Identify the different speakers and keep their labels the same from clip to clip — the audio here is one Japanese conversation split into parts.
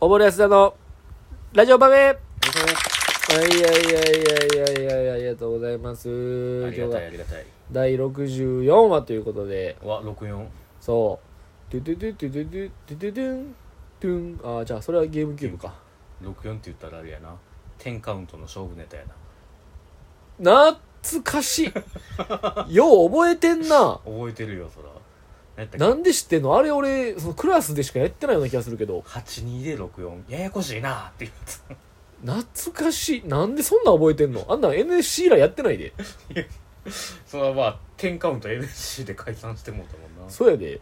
Speaker 1: おぼれやすだの、ラジオ場面はいはいはいはいはいはい、ありがとうございます。
Speaker 2: あ
Speaker 1: 今
Speaker 2: り
Speaker 1: 日
Speaker 2: が
Speaker 1: が
Speaker 2: たいありがたい
Speaker 1: 第64話ということで、
Speaker 2: わ64
Speaker 1: そう。トゥトゥトゥトゥトゥトゥトゥトゥン、トゥン。あー、じゃあそれはゲームキューブか。
Speaker 2: 64って言ったらあれやな10カウントの勝負ネタやな
Speaker 1: 懐かし い。よう覚えてんな。
Speaker 2: 覚えてるよそら何やったっ
Speaker 1: なんで知ってんのあれ俺、そのクラスでしかやってないような気がするけど、
Speaker 2: け82で64ややこしいなっていう やつ
Speaker 1: 懐かしい。なんでそんなん覚えてんのあんなん NSC 以来やってないで。
Speaker 2: それはまあ10カウント NSC で解散してもうたもんな
Speaker 1: そうやで。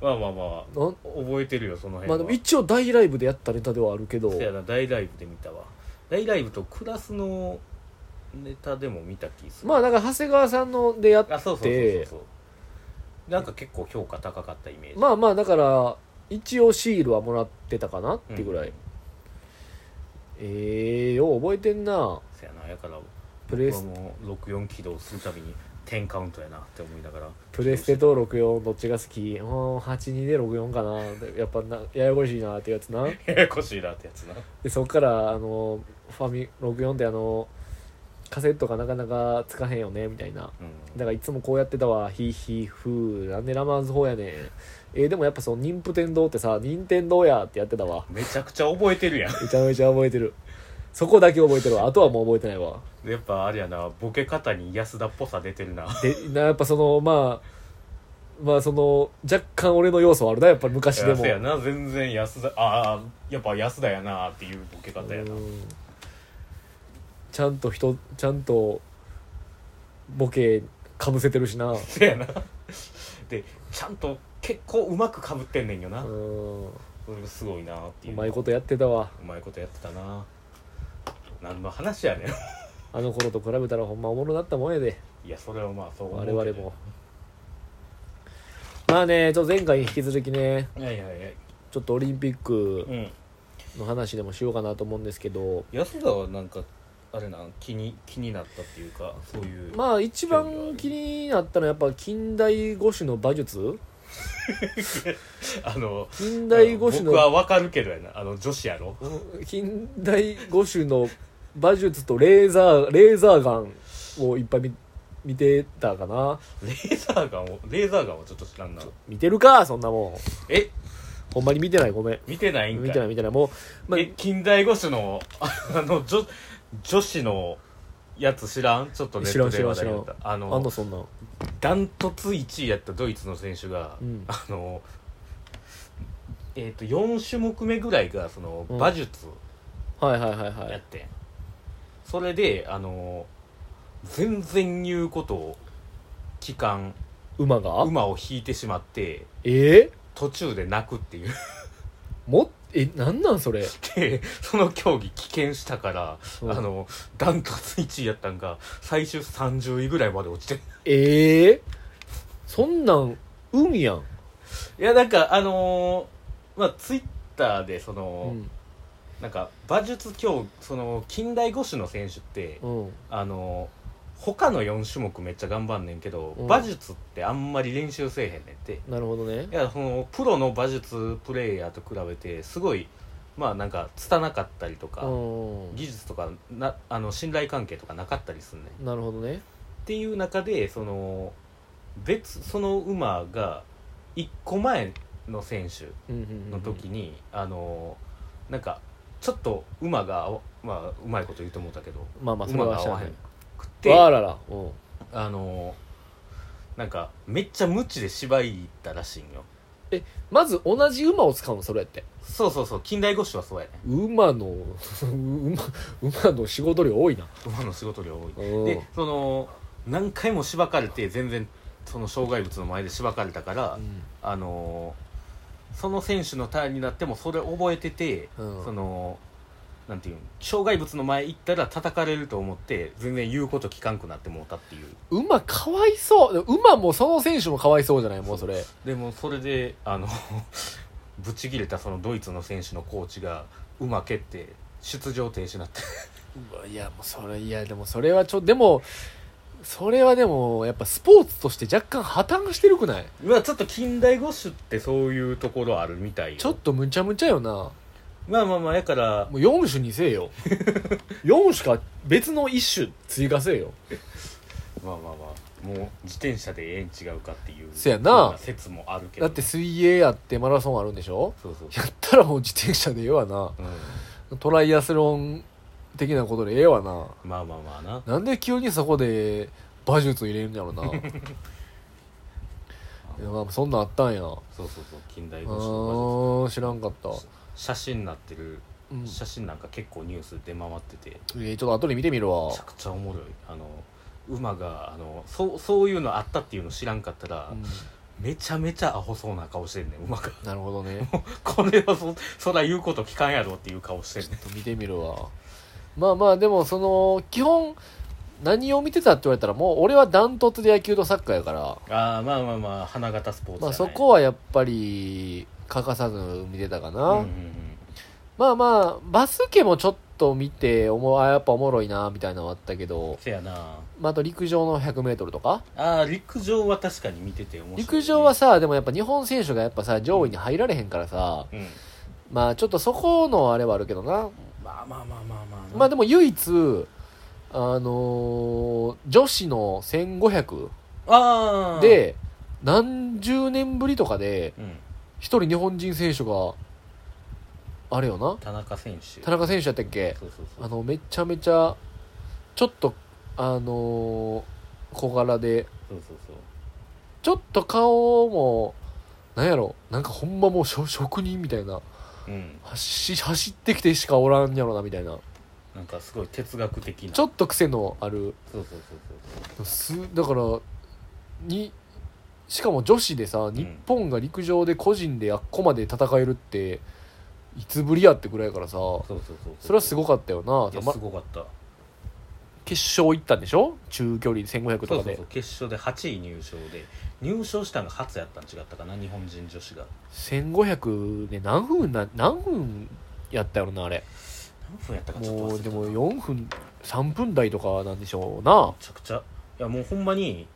Speaker 2: まあまあまあ
Speaker 1: なん
Speaker 2: 覚えてるよその辺
Speaker 1: ま
Speaker 2: は、
Speaker 1: あでも一応大ライブでやったネタではあるけど、
Speaker 2: せやな大ライブで見たわ大ライブとクラスのネタでも見た気する
Speaker 1: まあだから長谷川さんのでやっ
Speaker 2: あそうそうそうそうそうなんか結構評価高かったイメージ、
Speaker 1: まあまあだから一応シールはもらってたかなってぐらい、
Speaker 2: うん
Speaker 1: ええよう覚えてんな
Speaker 2: せやなやから
Speaker 1: プレ
Speaker 2: 僕は
Speaker 1: ス
Speaker 2: もう64起動するたびに10カウントやなって思いながら
Speaker 1: プレステと64どっちが好きうーん82で64かなやっぱなややこしいなってやつな
Speaker 2: ややこしいなってやつな
Speaker 1: でそっからあのファミ64であのカセットがなかなかつかへんよねみたいな
Speaker 2: うん
Speaker 1: だからいつもこうやってたわヒーヒーフーなんでラマーズ法やねんえーでもやっぱその任天堂ってさ任天堂やってやってたわ
Speaker 2: めちゃくちゃ覚えて るやん
Speaker 1: めちゃめちゃ覚えてるそこだけ覚えてるわあとはもう覚えてないわ
Speaker 2: やっぱあれやなボケ方に安田っぽさ出てるな
Speaker 1: でなやっぱそのまあまあその若干俺の要素はあるなやっぱり昔で
Speaker 2: いや
Speaker 1: も
Speaker 2: せやな全然安田ああやっぱ安田やなっていうボケ方やな
Speaker 1: うんちゃんと人ちゃんとボケかぶせてるしな
Speaker 2: せやなでちゃんと結構うまくかぶってんねんよ
Speaker 1: う
Speaker 2: な、
Speaker 1: んう
Speaker 2: それがすごいなっていう
Speaker 1: まいことやってたわ
Speaker 2: うまいことやってたな何の話やねん
Speaker 1: あの頃と比べたらほんまおもろなったもんやで
Speaker 2: いやそれはまあそう思うけ
Speaker 1: 我
Speaker 2: ど
Speaker 1: 々もまあねちょっと前回に引き続きね
Speaker 2: いやいやいや
Speaker 1: ちょっとオリンピック
Speaker 2: うん
Speaker 1: の話でもしようかなと思うんですけど
Speaker 2: 安田はなんかあれなん気に気になったっていうかそういう、
Speaker 1: まあ一番気になったのはやっぱ近代五種の馬術
Speaker 2: あの
Speaker 1: 近代五種
Speaker 2: 僕は
Speaker 1: の
Speaker 2: わかるけどやなあの女子やろ
Speaker 1: うん近代五種の馬術とレーザーレーザーガンをいっぱい見見てたかな
Speaker 2: レーザーガンをレーザーガンをちょっと知らんな
Speaker 1: 見てるかそんなもん
Speaker 2: え
Speaker 1: ほんまに見てないごめん
Speaker 2: 見てないんかい
Speaker 1: 見てない見てないもう、まあ
Speaker 2: え近代五種のあの女女子のやつ知らんちょっとネットで話題になった
Speaker 1: 知
Speaker 2: あ
Speaker 1: あんの
Speaker 2: の
Speaker 1: そんなん
Speaker 2: ダントツ1位やったドイツの選手が、
Speaker 1: うん
Speaker 2: あのえっ、と4種目目ぐらいがその
Speaker 1: うん
Speaker 2: 馬術
Speaker 1: はいはいはいは
Speaker 2: やっ
Speaker 1: い
Speaker 2: てん、それであの全然言うことを聞かん
Speaker 1: 馬が
Speaker 2: 馬を引いてしまって
Speaker 1: ええ
Speaker 2: 途中で泣くっていう
Speaker 1: もえなんなんそれ
Speaker 2: でその競技棄権したから、
Speaker 1: うん
Speaker 2: あのダントツ1位やったんが最終30位ぐらいまで落ちて
Speaker 1: ええそんなん運やん、
Speaker 2: いやなんかあのーまあツイッターでそうの、
Speaker 1: ん
Speaker 2: なんか馬術競技その近代五種の選手って、
Speaker 1: うん、
Speaker 2: あのー他の4種目めっちゃ頑張んねんけど、
Speaker 1: うん
Speaker 2: 馬術ってあんまり練習せえへんねんって
Speaker 1: なるほどね
Speaker 2: いやそのプロの馬術プレイヤーと比べてすごいまあなんか拙かったりとか、
Speaker 1: うん
Speaker 2: 技術とかなあの信頼関係とかなかったりすんねんっ
Speaker 1: なるほどね
Speaker 2: ていう中でその別その馬が1個前の選手
Speaker 1: うんうんうんうん
Speaker 2: の時に、あのなんかちょっと馬が合わまあうまいこと言うと思ったけど
Speaker 1: まあまあそれ
Speaker 2: 馬
Speaker 1: は
Speaker 2: が
Speaker 1: しゃ
Speaker 2: 合
Speaker 1: あ
Speaker 2: わ
Speaker 1: な
Speaker 2: へ
Speaker 1: い
Speaker 2: んく
Speaker 1: わあ
Speaker 2: て
Speaker 1: ららうん
Speaker 2: あのなんかめっちゃ無知で芝居行ったらしいんよ
Speaker 1: まず同じ馬を使うのそれって
Speaker 2: そうそうそう近代五種はそうやね
Speaker 1: 馬の 馬馬の仕事量多いな
Speaker 2: 馬の仕事量多い
Speaker 1: うん
Speaker 2: でその何回もしばかれて全然その障害物の前でしばかれたから、
Speaker 1: うん
Speaker 2: あのーその選手のターンになってもそれ覚えてて、
Speaker 1: うん
Speaker 2: そのなんていうん障害物の前行ったら叩かれると思って全然言うこと聞かんくなってもうたっていう
Speaker 1: 馬かわいそうで馬もその選手もかわいそうじゃないもうそれ
Speaker 2: でもそれであの ぶち切れたそのドイツの選手のコーチが馬蹴って出場停止になって
Speaker 1: うわいやもうそれいやでもそれはちょでもそれはでもやっぱスポーツとして若干破綻してるくない
Speaker 2: まあちょっと近代五種ってそういうところあるみたいよ
Speaker 1: ちょっとむちゃむちゃよな
Speaker 2: まあまあまあやから
Speaker 1: もう4種にせえよ 4種か別の1種追加せえよ
Speaker 2: まあまあまあもう自転車でええん違うかっていう
Speaker 1: せやな
Speaker 2: 説もあるけど
Speaker 1: だって水泳やってマラソンあるんでしょ
Speaker 2: そうそう
Speaker 1: やったらもう自転車でええわな
Speaker 2: うん
Speaker 1: トライアスロン的なことでええわな
Speaker 2: まあまあまあな
Speaker 1: なんで急にそこで馬術入れるんや ろないやまあそんなんあったんやう
Speaker 2: そうそうそう近代五種の
Speaker 1: ーん知らんかった、
Speaker 2: 馬術写真になってる
Speaker 1: うん、
Speaker 2: 写真なんか結構ニュース出回ってて
Speaker 1: えーちょっと後で見てみるわ
Speaker 2: めちゃくちゃおもろいあの馬があのそうそういうのあったっていうの知らんかったら、
Speaker 1: うん
Speaker 2: めちゃめちゃアホそうな顔してんねん馬が
Speaker 1: なるほどね
Speaker 2: これはそそら言うこと聞かんやろっていう顔してんねん
Speaker 1: 見てみるわまあまあでもその基本何を見てたって言われたらもう俺はダントツで野球とサッカーやから、
Speaker 2: ああまあまあまあ花形スポーツ
Speaker 1: まあ、
Speaker 2: じゃ
Speaker 1: そ
Speaker 2: ない
Speaker 1: こはやっぱり欠かさず見てたかな、
Speaker 2: うんうんうん
Speaker 1: まあまあバスケもちょっと見ておもあやっぱおもろいなみたいなのはあったけど、
Speaker 2: せやな
Speaker 1: まあ、あと陸上の 100m とか
Speaker 2: ああ陸上は確かに見てて面白いね、
Speaker 1: 陸上はさでもやっぱ日本選手がやっぱさ上位に入られへんからさ
Speaker 2: うん
Speaker 1: まあちょっとそこのあれはあるけどな
Speaker 2: まあまあまあまあまあ
Speaker 1: まあで
Speaker 2: も
Speaker 1: も唯一あのー女子の1500
Speaker 2: ああ、
Speaker 1: で何十年ぶりとかで
Speaker 2: うん、
Speaker 1: 一人日本人選手があれよな
Speaker 2: 田中選手
Speaker 1: 田中選手やったっけ
Speaker 2: そうそうそう
Speaker 1: あのめちゃめちゃちょっとあのー小柄で
Speaker 2: そうそうそう
Speaker 1: ちょっと顔もなんやろなんかほんまもうしょ職人みたいな
Speaker 2: うん、
Speaker 1: 走走ってきてしかおらんやろなみたいな
Speaker 2: なんかすごい哲学的な
Speaker 1: ちょっと癖のある
Speaker 2: そうそうそうそう
Speaker 1: すだからにしかも女子でさ日本が陸上で個人であっこまで戦えるっていつぶりやってくらいやからさ
Speaker 2: そうそうそう
Speaker 1: それはすごかったよな
Speaker 2: かった
Speaker 1: ま
Speaker 2: すごかった
Speaker 1: 決勝行ったんでしょ中距離1500とかで
Speaker 2: そうそうそう決勝で8位入賞で入賞したのが初やったん違ったかな日本人女子が
Speaker 1: 1500で何分な何分やったやろなあれ
Speaker 2: 何分やったかちょっと忘
Speaker 1: も
Speaker 2: れ
Speaker 1: うで
Speaker 2: たな
Speaker 1: も
Speaker 2: め
Speaker 1: 4分3分台とかなんでしょうな
Speaker 2: ちゃくちゃいやもうほんまに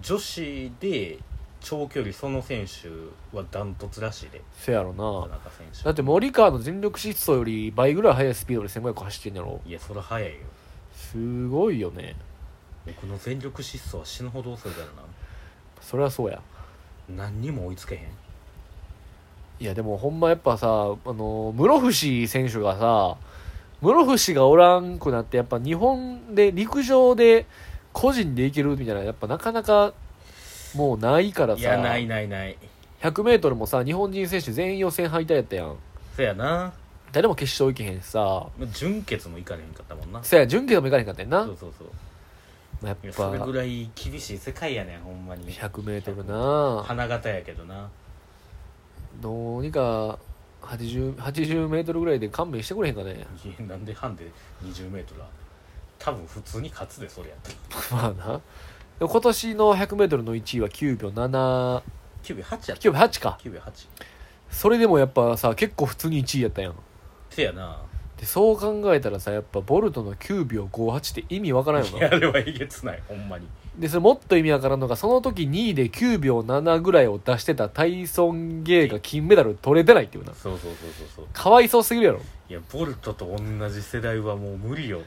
Speaker 2: 女子で長距離その選手はダントツらしいで
Speaker 1: せやろ
Speaker 2: 田
Speaker 1: な
Speaker 2: 中選手
Speaker 1: だって森川の全力疾走より倍ぐらい速いスピードで1500走ってんやろ
Speaker 2: いやそれ早いよ
Speaker 1: すごいよね
Speaker 2: 僕の全力疾走は死ぬほど遅いから
Speaker 1: それはそうや
Speaker 2: な何にも追いつけへん
Speaker 1: いやでもほんまやっぱさあの室伏選手がさ室伏がおらんくなってやっぱ日本で陸上で個人でいけるみたいなやっぱなかなかもうないからさ
Speaker 2: いやないないない
Speaker 1: 100m もさ日本人選手全員予選敗退やったやん
Speaker 2: そやな
Speaker 1: 誰も決勝行けへんしさ
Speaker 2: 準決も行かれへんかったもんな
Speaker 1: そや準決も行かれへんかったやんな
Speaker 2: そうそうそう
Speaker 1: やっ
Speaker 2: いや
Speaker 1: ぱ
Speaker 2: それぐらい厳しい世界やねんほんまに
Speaker 1: 100m な
Speaker 2: 花形やけどな
Speaker 1: どうにか 80m 80ぐらいで勘弁してくれへんかね
Speaker 2: いやなんでハンデ 20m は多分普通に勝つでそれやったら
Speaker 1: まあなでも今年の 100m の1位は9秒7
Speaker 2: 9秒8やった
Speaker 1: 9秒8か
Speaker 2: 9秒8
Speaker 1: それでもやっぱさ結構普通に1位やったやん
Speaker 2: せやな
Speaker 1: でそう考えたらさやっぱボルトの9秒58って意味わからんよ
Speaker 2: い
Speaker 1: な
Speaker 2: やあれはえげつないほんまに
Speaker 1: でそれもっと意味わからんのがその時2位で9秒7ぐらいを出してたタイソン・ゲイが金メダル取れてないっていうな
Speaker 2: そうそうそうそうそう
Speaker 1: かわいそうすぎるやろ
Speaker 2: いやボルトと同じ世代はもう無理よ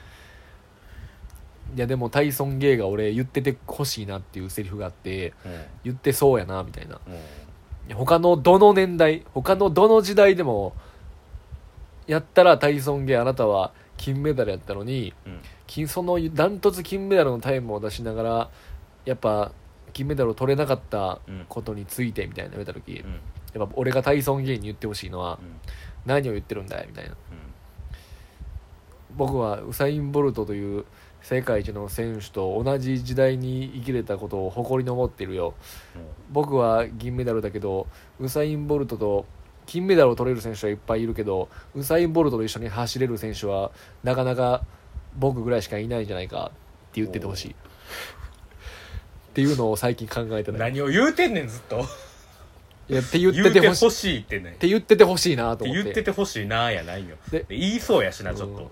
Speaker 1: いやでもタイソン・ゲイが俺言っててほしいなっていうセリフがあって
Speaker 2: も
Speaker 1: 言ってそうやなみたいな
Speaker 2: うもう
Speaker 1: いや他のどの年代他のどの時代でもやったらタイソン・ゲイあなたは金メダルやったのに
Speaker 2: うん
Speaker 1: 金そのダントツ金メダルのタイムを出しながらやっぱ金メダルを取れなかった
Speaker 2: うん
Speaker 1: ことについてみたいな言われた時、
Speaker 2: うんうん
Speaker 1: やっぱ俺がタイソン・ゲイに言ってほしいのは何を言ってるんだいみたいな僕はウサイン・ボルトという世界一の選手と同じ時代に生きれたことを誇りに思ってるよ
Speaker 2: うんも
Speaker 1: 僕は銀メダルだけどウサイン・ボルトと金メダルを取れる選手はいっぱいいるけどウサイン・ボルトと一緒に走れる選手はなかなか僕ぐらいしかいないんじゃないかって言っててほしいっていうのを最近考えて
Speaker 2: う
Speaker 1: ない
Speaker 2: 何を言うてんねんずっと
Speaker 1: いやって言
Speaker 2: 言
Speaker 1: って
Speaker 2: う
Speaker 1: て
Speaker 2: て
Speaker 1: ほしい
Speaker 2: ほ
Speaker 1: っ
Speaker 2: しいってね
Speaker 1: て言っててほしいな
Speaker 2: っ
Speaker 1: と
Speaker 2: て
Speaker 1: 思っ
Speaker 2: 言
Speaker 1: て
Speaker 2: っててほしいなやないよ
Speaker 1: で
Speaker 2: 言いそうやしなちょっと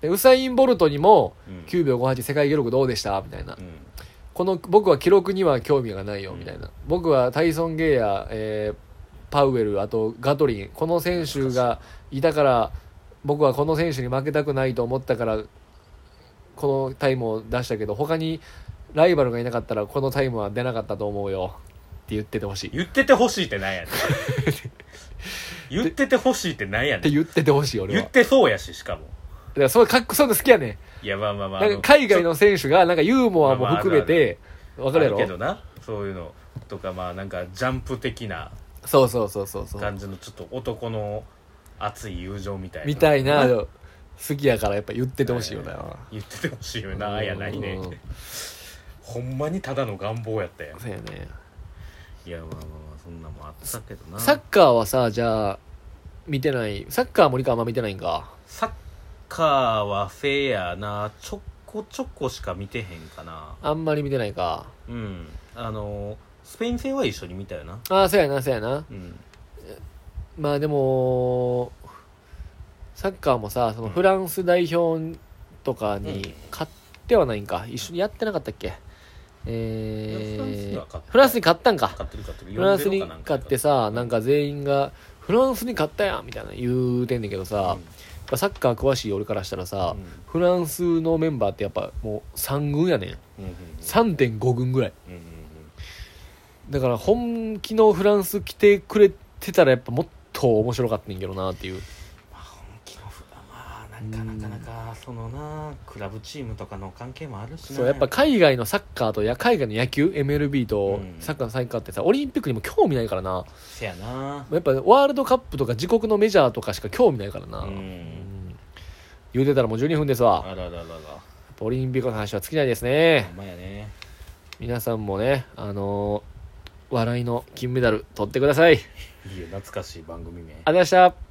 Speaker 1: でウサイン・ボルトにも
Speaker 2: うん
Speaker 1: 9秒58世界記録どうでしたみたいな
Speaker 2: うん
Speaker 1: この僕は記録には興味がないよ
Speaker 2: うん
Speaker 1: みたいな、僕はタイソン・ゲイや、えパウエルあとガトリンこの選手がいたから僕はこの選手に負けたくないと思ったからこのタイムを出したけど他にライバルがいなかったらこのタイムは出なかったと思うよって言っててほしいっ
Speaker 2: 言っててほしいってなん やねん言っててほしいってなんやね
Speaker 1: て
Speaker 2: ん
Speaker 1: 言っててほしい俺は
Speaker 2: 言ってそうやししかも
Speaker 1: だからそうかっこそういうの好きやね
Speaker 2: いやまあまあまあ
Speaker 1: なんか海外
Speaker 2: の
Speaker 1: の選手がなんかユーモアも含めてわ
Speaker 2: 分
Speaker 1: かるや
Speaker 2: けど
Speaker 1: ろ
Speaker 2: なそういうのとかまあなんかジャンプ的な
Speaker 1: そうそうそうそうそう
Speaker 2: 感じのちょっと男の熱い友情みたいな
Speaker 1: みたいな
Speaker 2: はい
Speaker 1: 好きやからやっぱ言っててほしいよな
Speaker 2: 言っててほしいよなやないね
Speaker 1: うん
Speaker 2: ほんまにただの願望やったやん
Speaker 1: そうやね
Speaker 2: いやまあまあまあそんなもんあったけどな
Speaker 1: サッカーはさじゃあ見てないサッカーは森川あんま見てないんか
Speaker 2: サッカーはフェアなちょこちょこしか見てへんかな
Speaker 1: あんまり見てないか
Speaker 2: うんあのスペイン戦は一緒に見たよな
Speaker 1: ああそうやなそうやな
Speaker 2: うん
Speaker 1: まあでもサッカーもさその
Speaker 2: うん
Speaker 1: フランス代表とか
Speaker 2: うん
Speaker 1: に勝ってはないんか一緒にやってなかったっけえ
Speaker 2: フランスに
Speaker 1: ー
Speaker 2: は勝った
Speaker 1: フランスに勝ったんか
Speaker 2: 勝ってる勝ってる
Speaker 1: フランス
Speaker 2: 呼んで
Speaker 1: に
Speaker 2: るかなんか
Speaker 1: 勝ってさなんか全員が「フランスに勝ったやん」みたいな言うてんねんけどさ、やっぱサッカー詳しい俺からしたらさ、
Speaker 2: うん
Speaker 1: フランスのメンバーってやっぱもう3軍やねん
Speaker 2: うんうん
Speaker 1: 3.5軍ぐらい
Speaker 2: うんうん
Speaker 1: だから本気のフランス来てくれてたらやっぱもっと面白かったんやけどなっていう
Speaker 2: 昨日まあなんかなかなかそのなクラブチームとかの関係もあるしな
Speaker 1: そうやっぱ海外のサッカーとや海外の野球 MLB と
Speaker 2: うん
Speaker 1: サッカーのサッカーってさオリンピックにも興味ないからな
Speaker 2: せやな
Speaker 1: やっぱワールドカップとか自国のメジャーとかしか興味ないからな、
Speaker 2: うん
Speaker 1: ん言うてたらもう12分ですわ
Speaker 2: あらららら
Speaker 1: オリンピックの話は尽きないですね
Speaker 2: ほんまやね
Speaker 1: 皆さんもねあのー笑いの金メダル取ってくださいありがとう
Speaker 2: いいよ懐かしい番組名
Speaker 1: ございました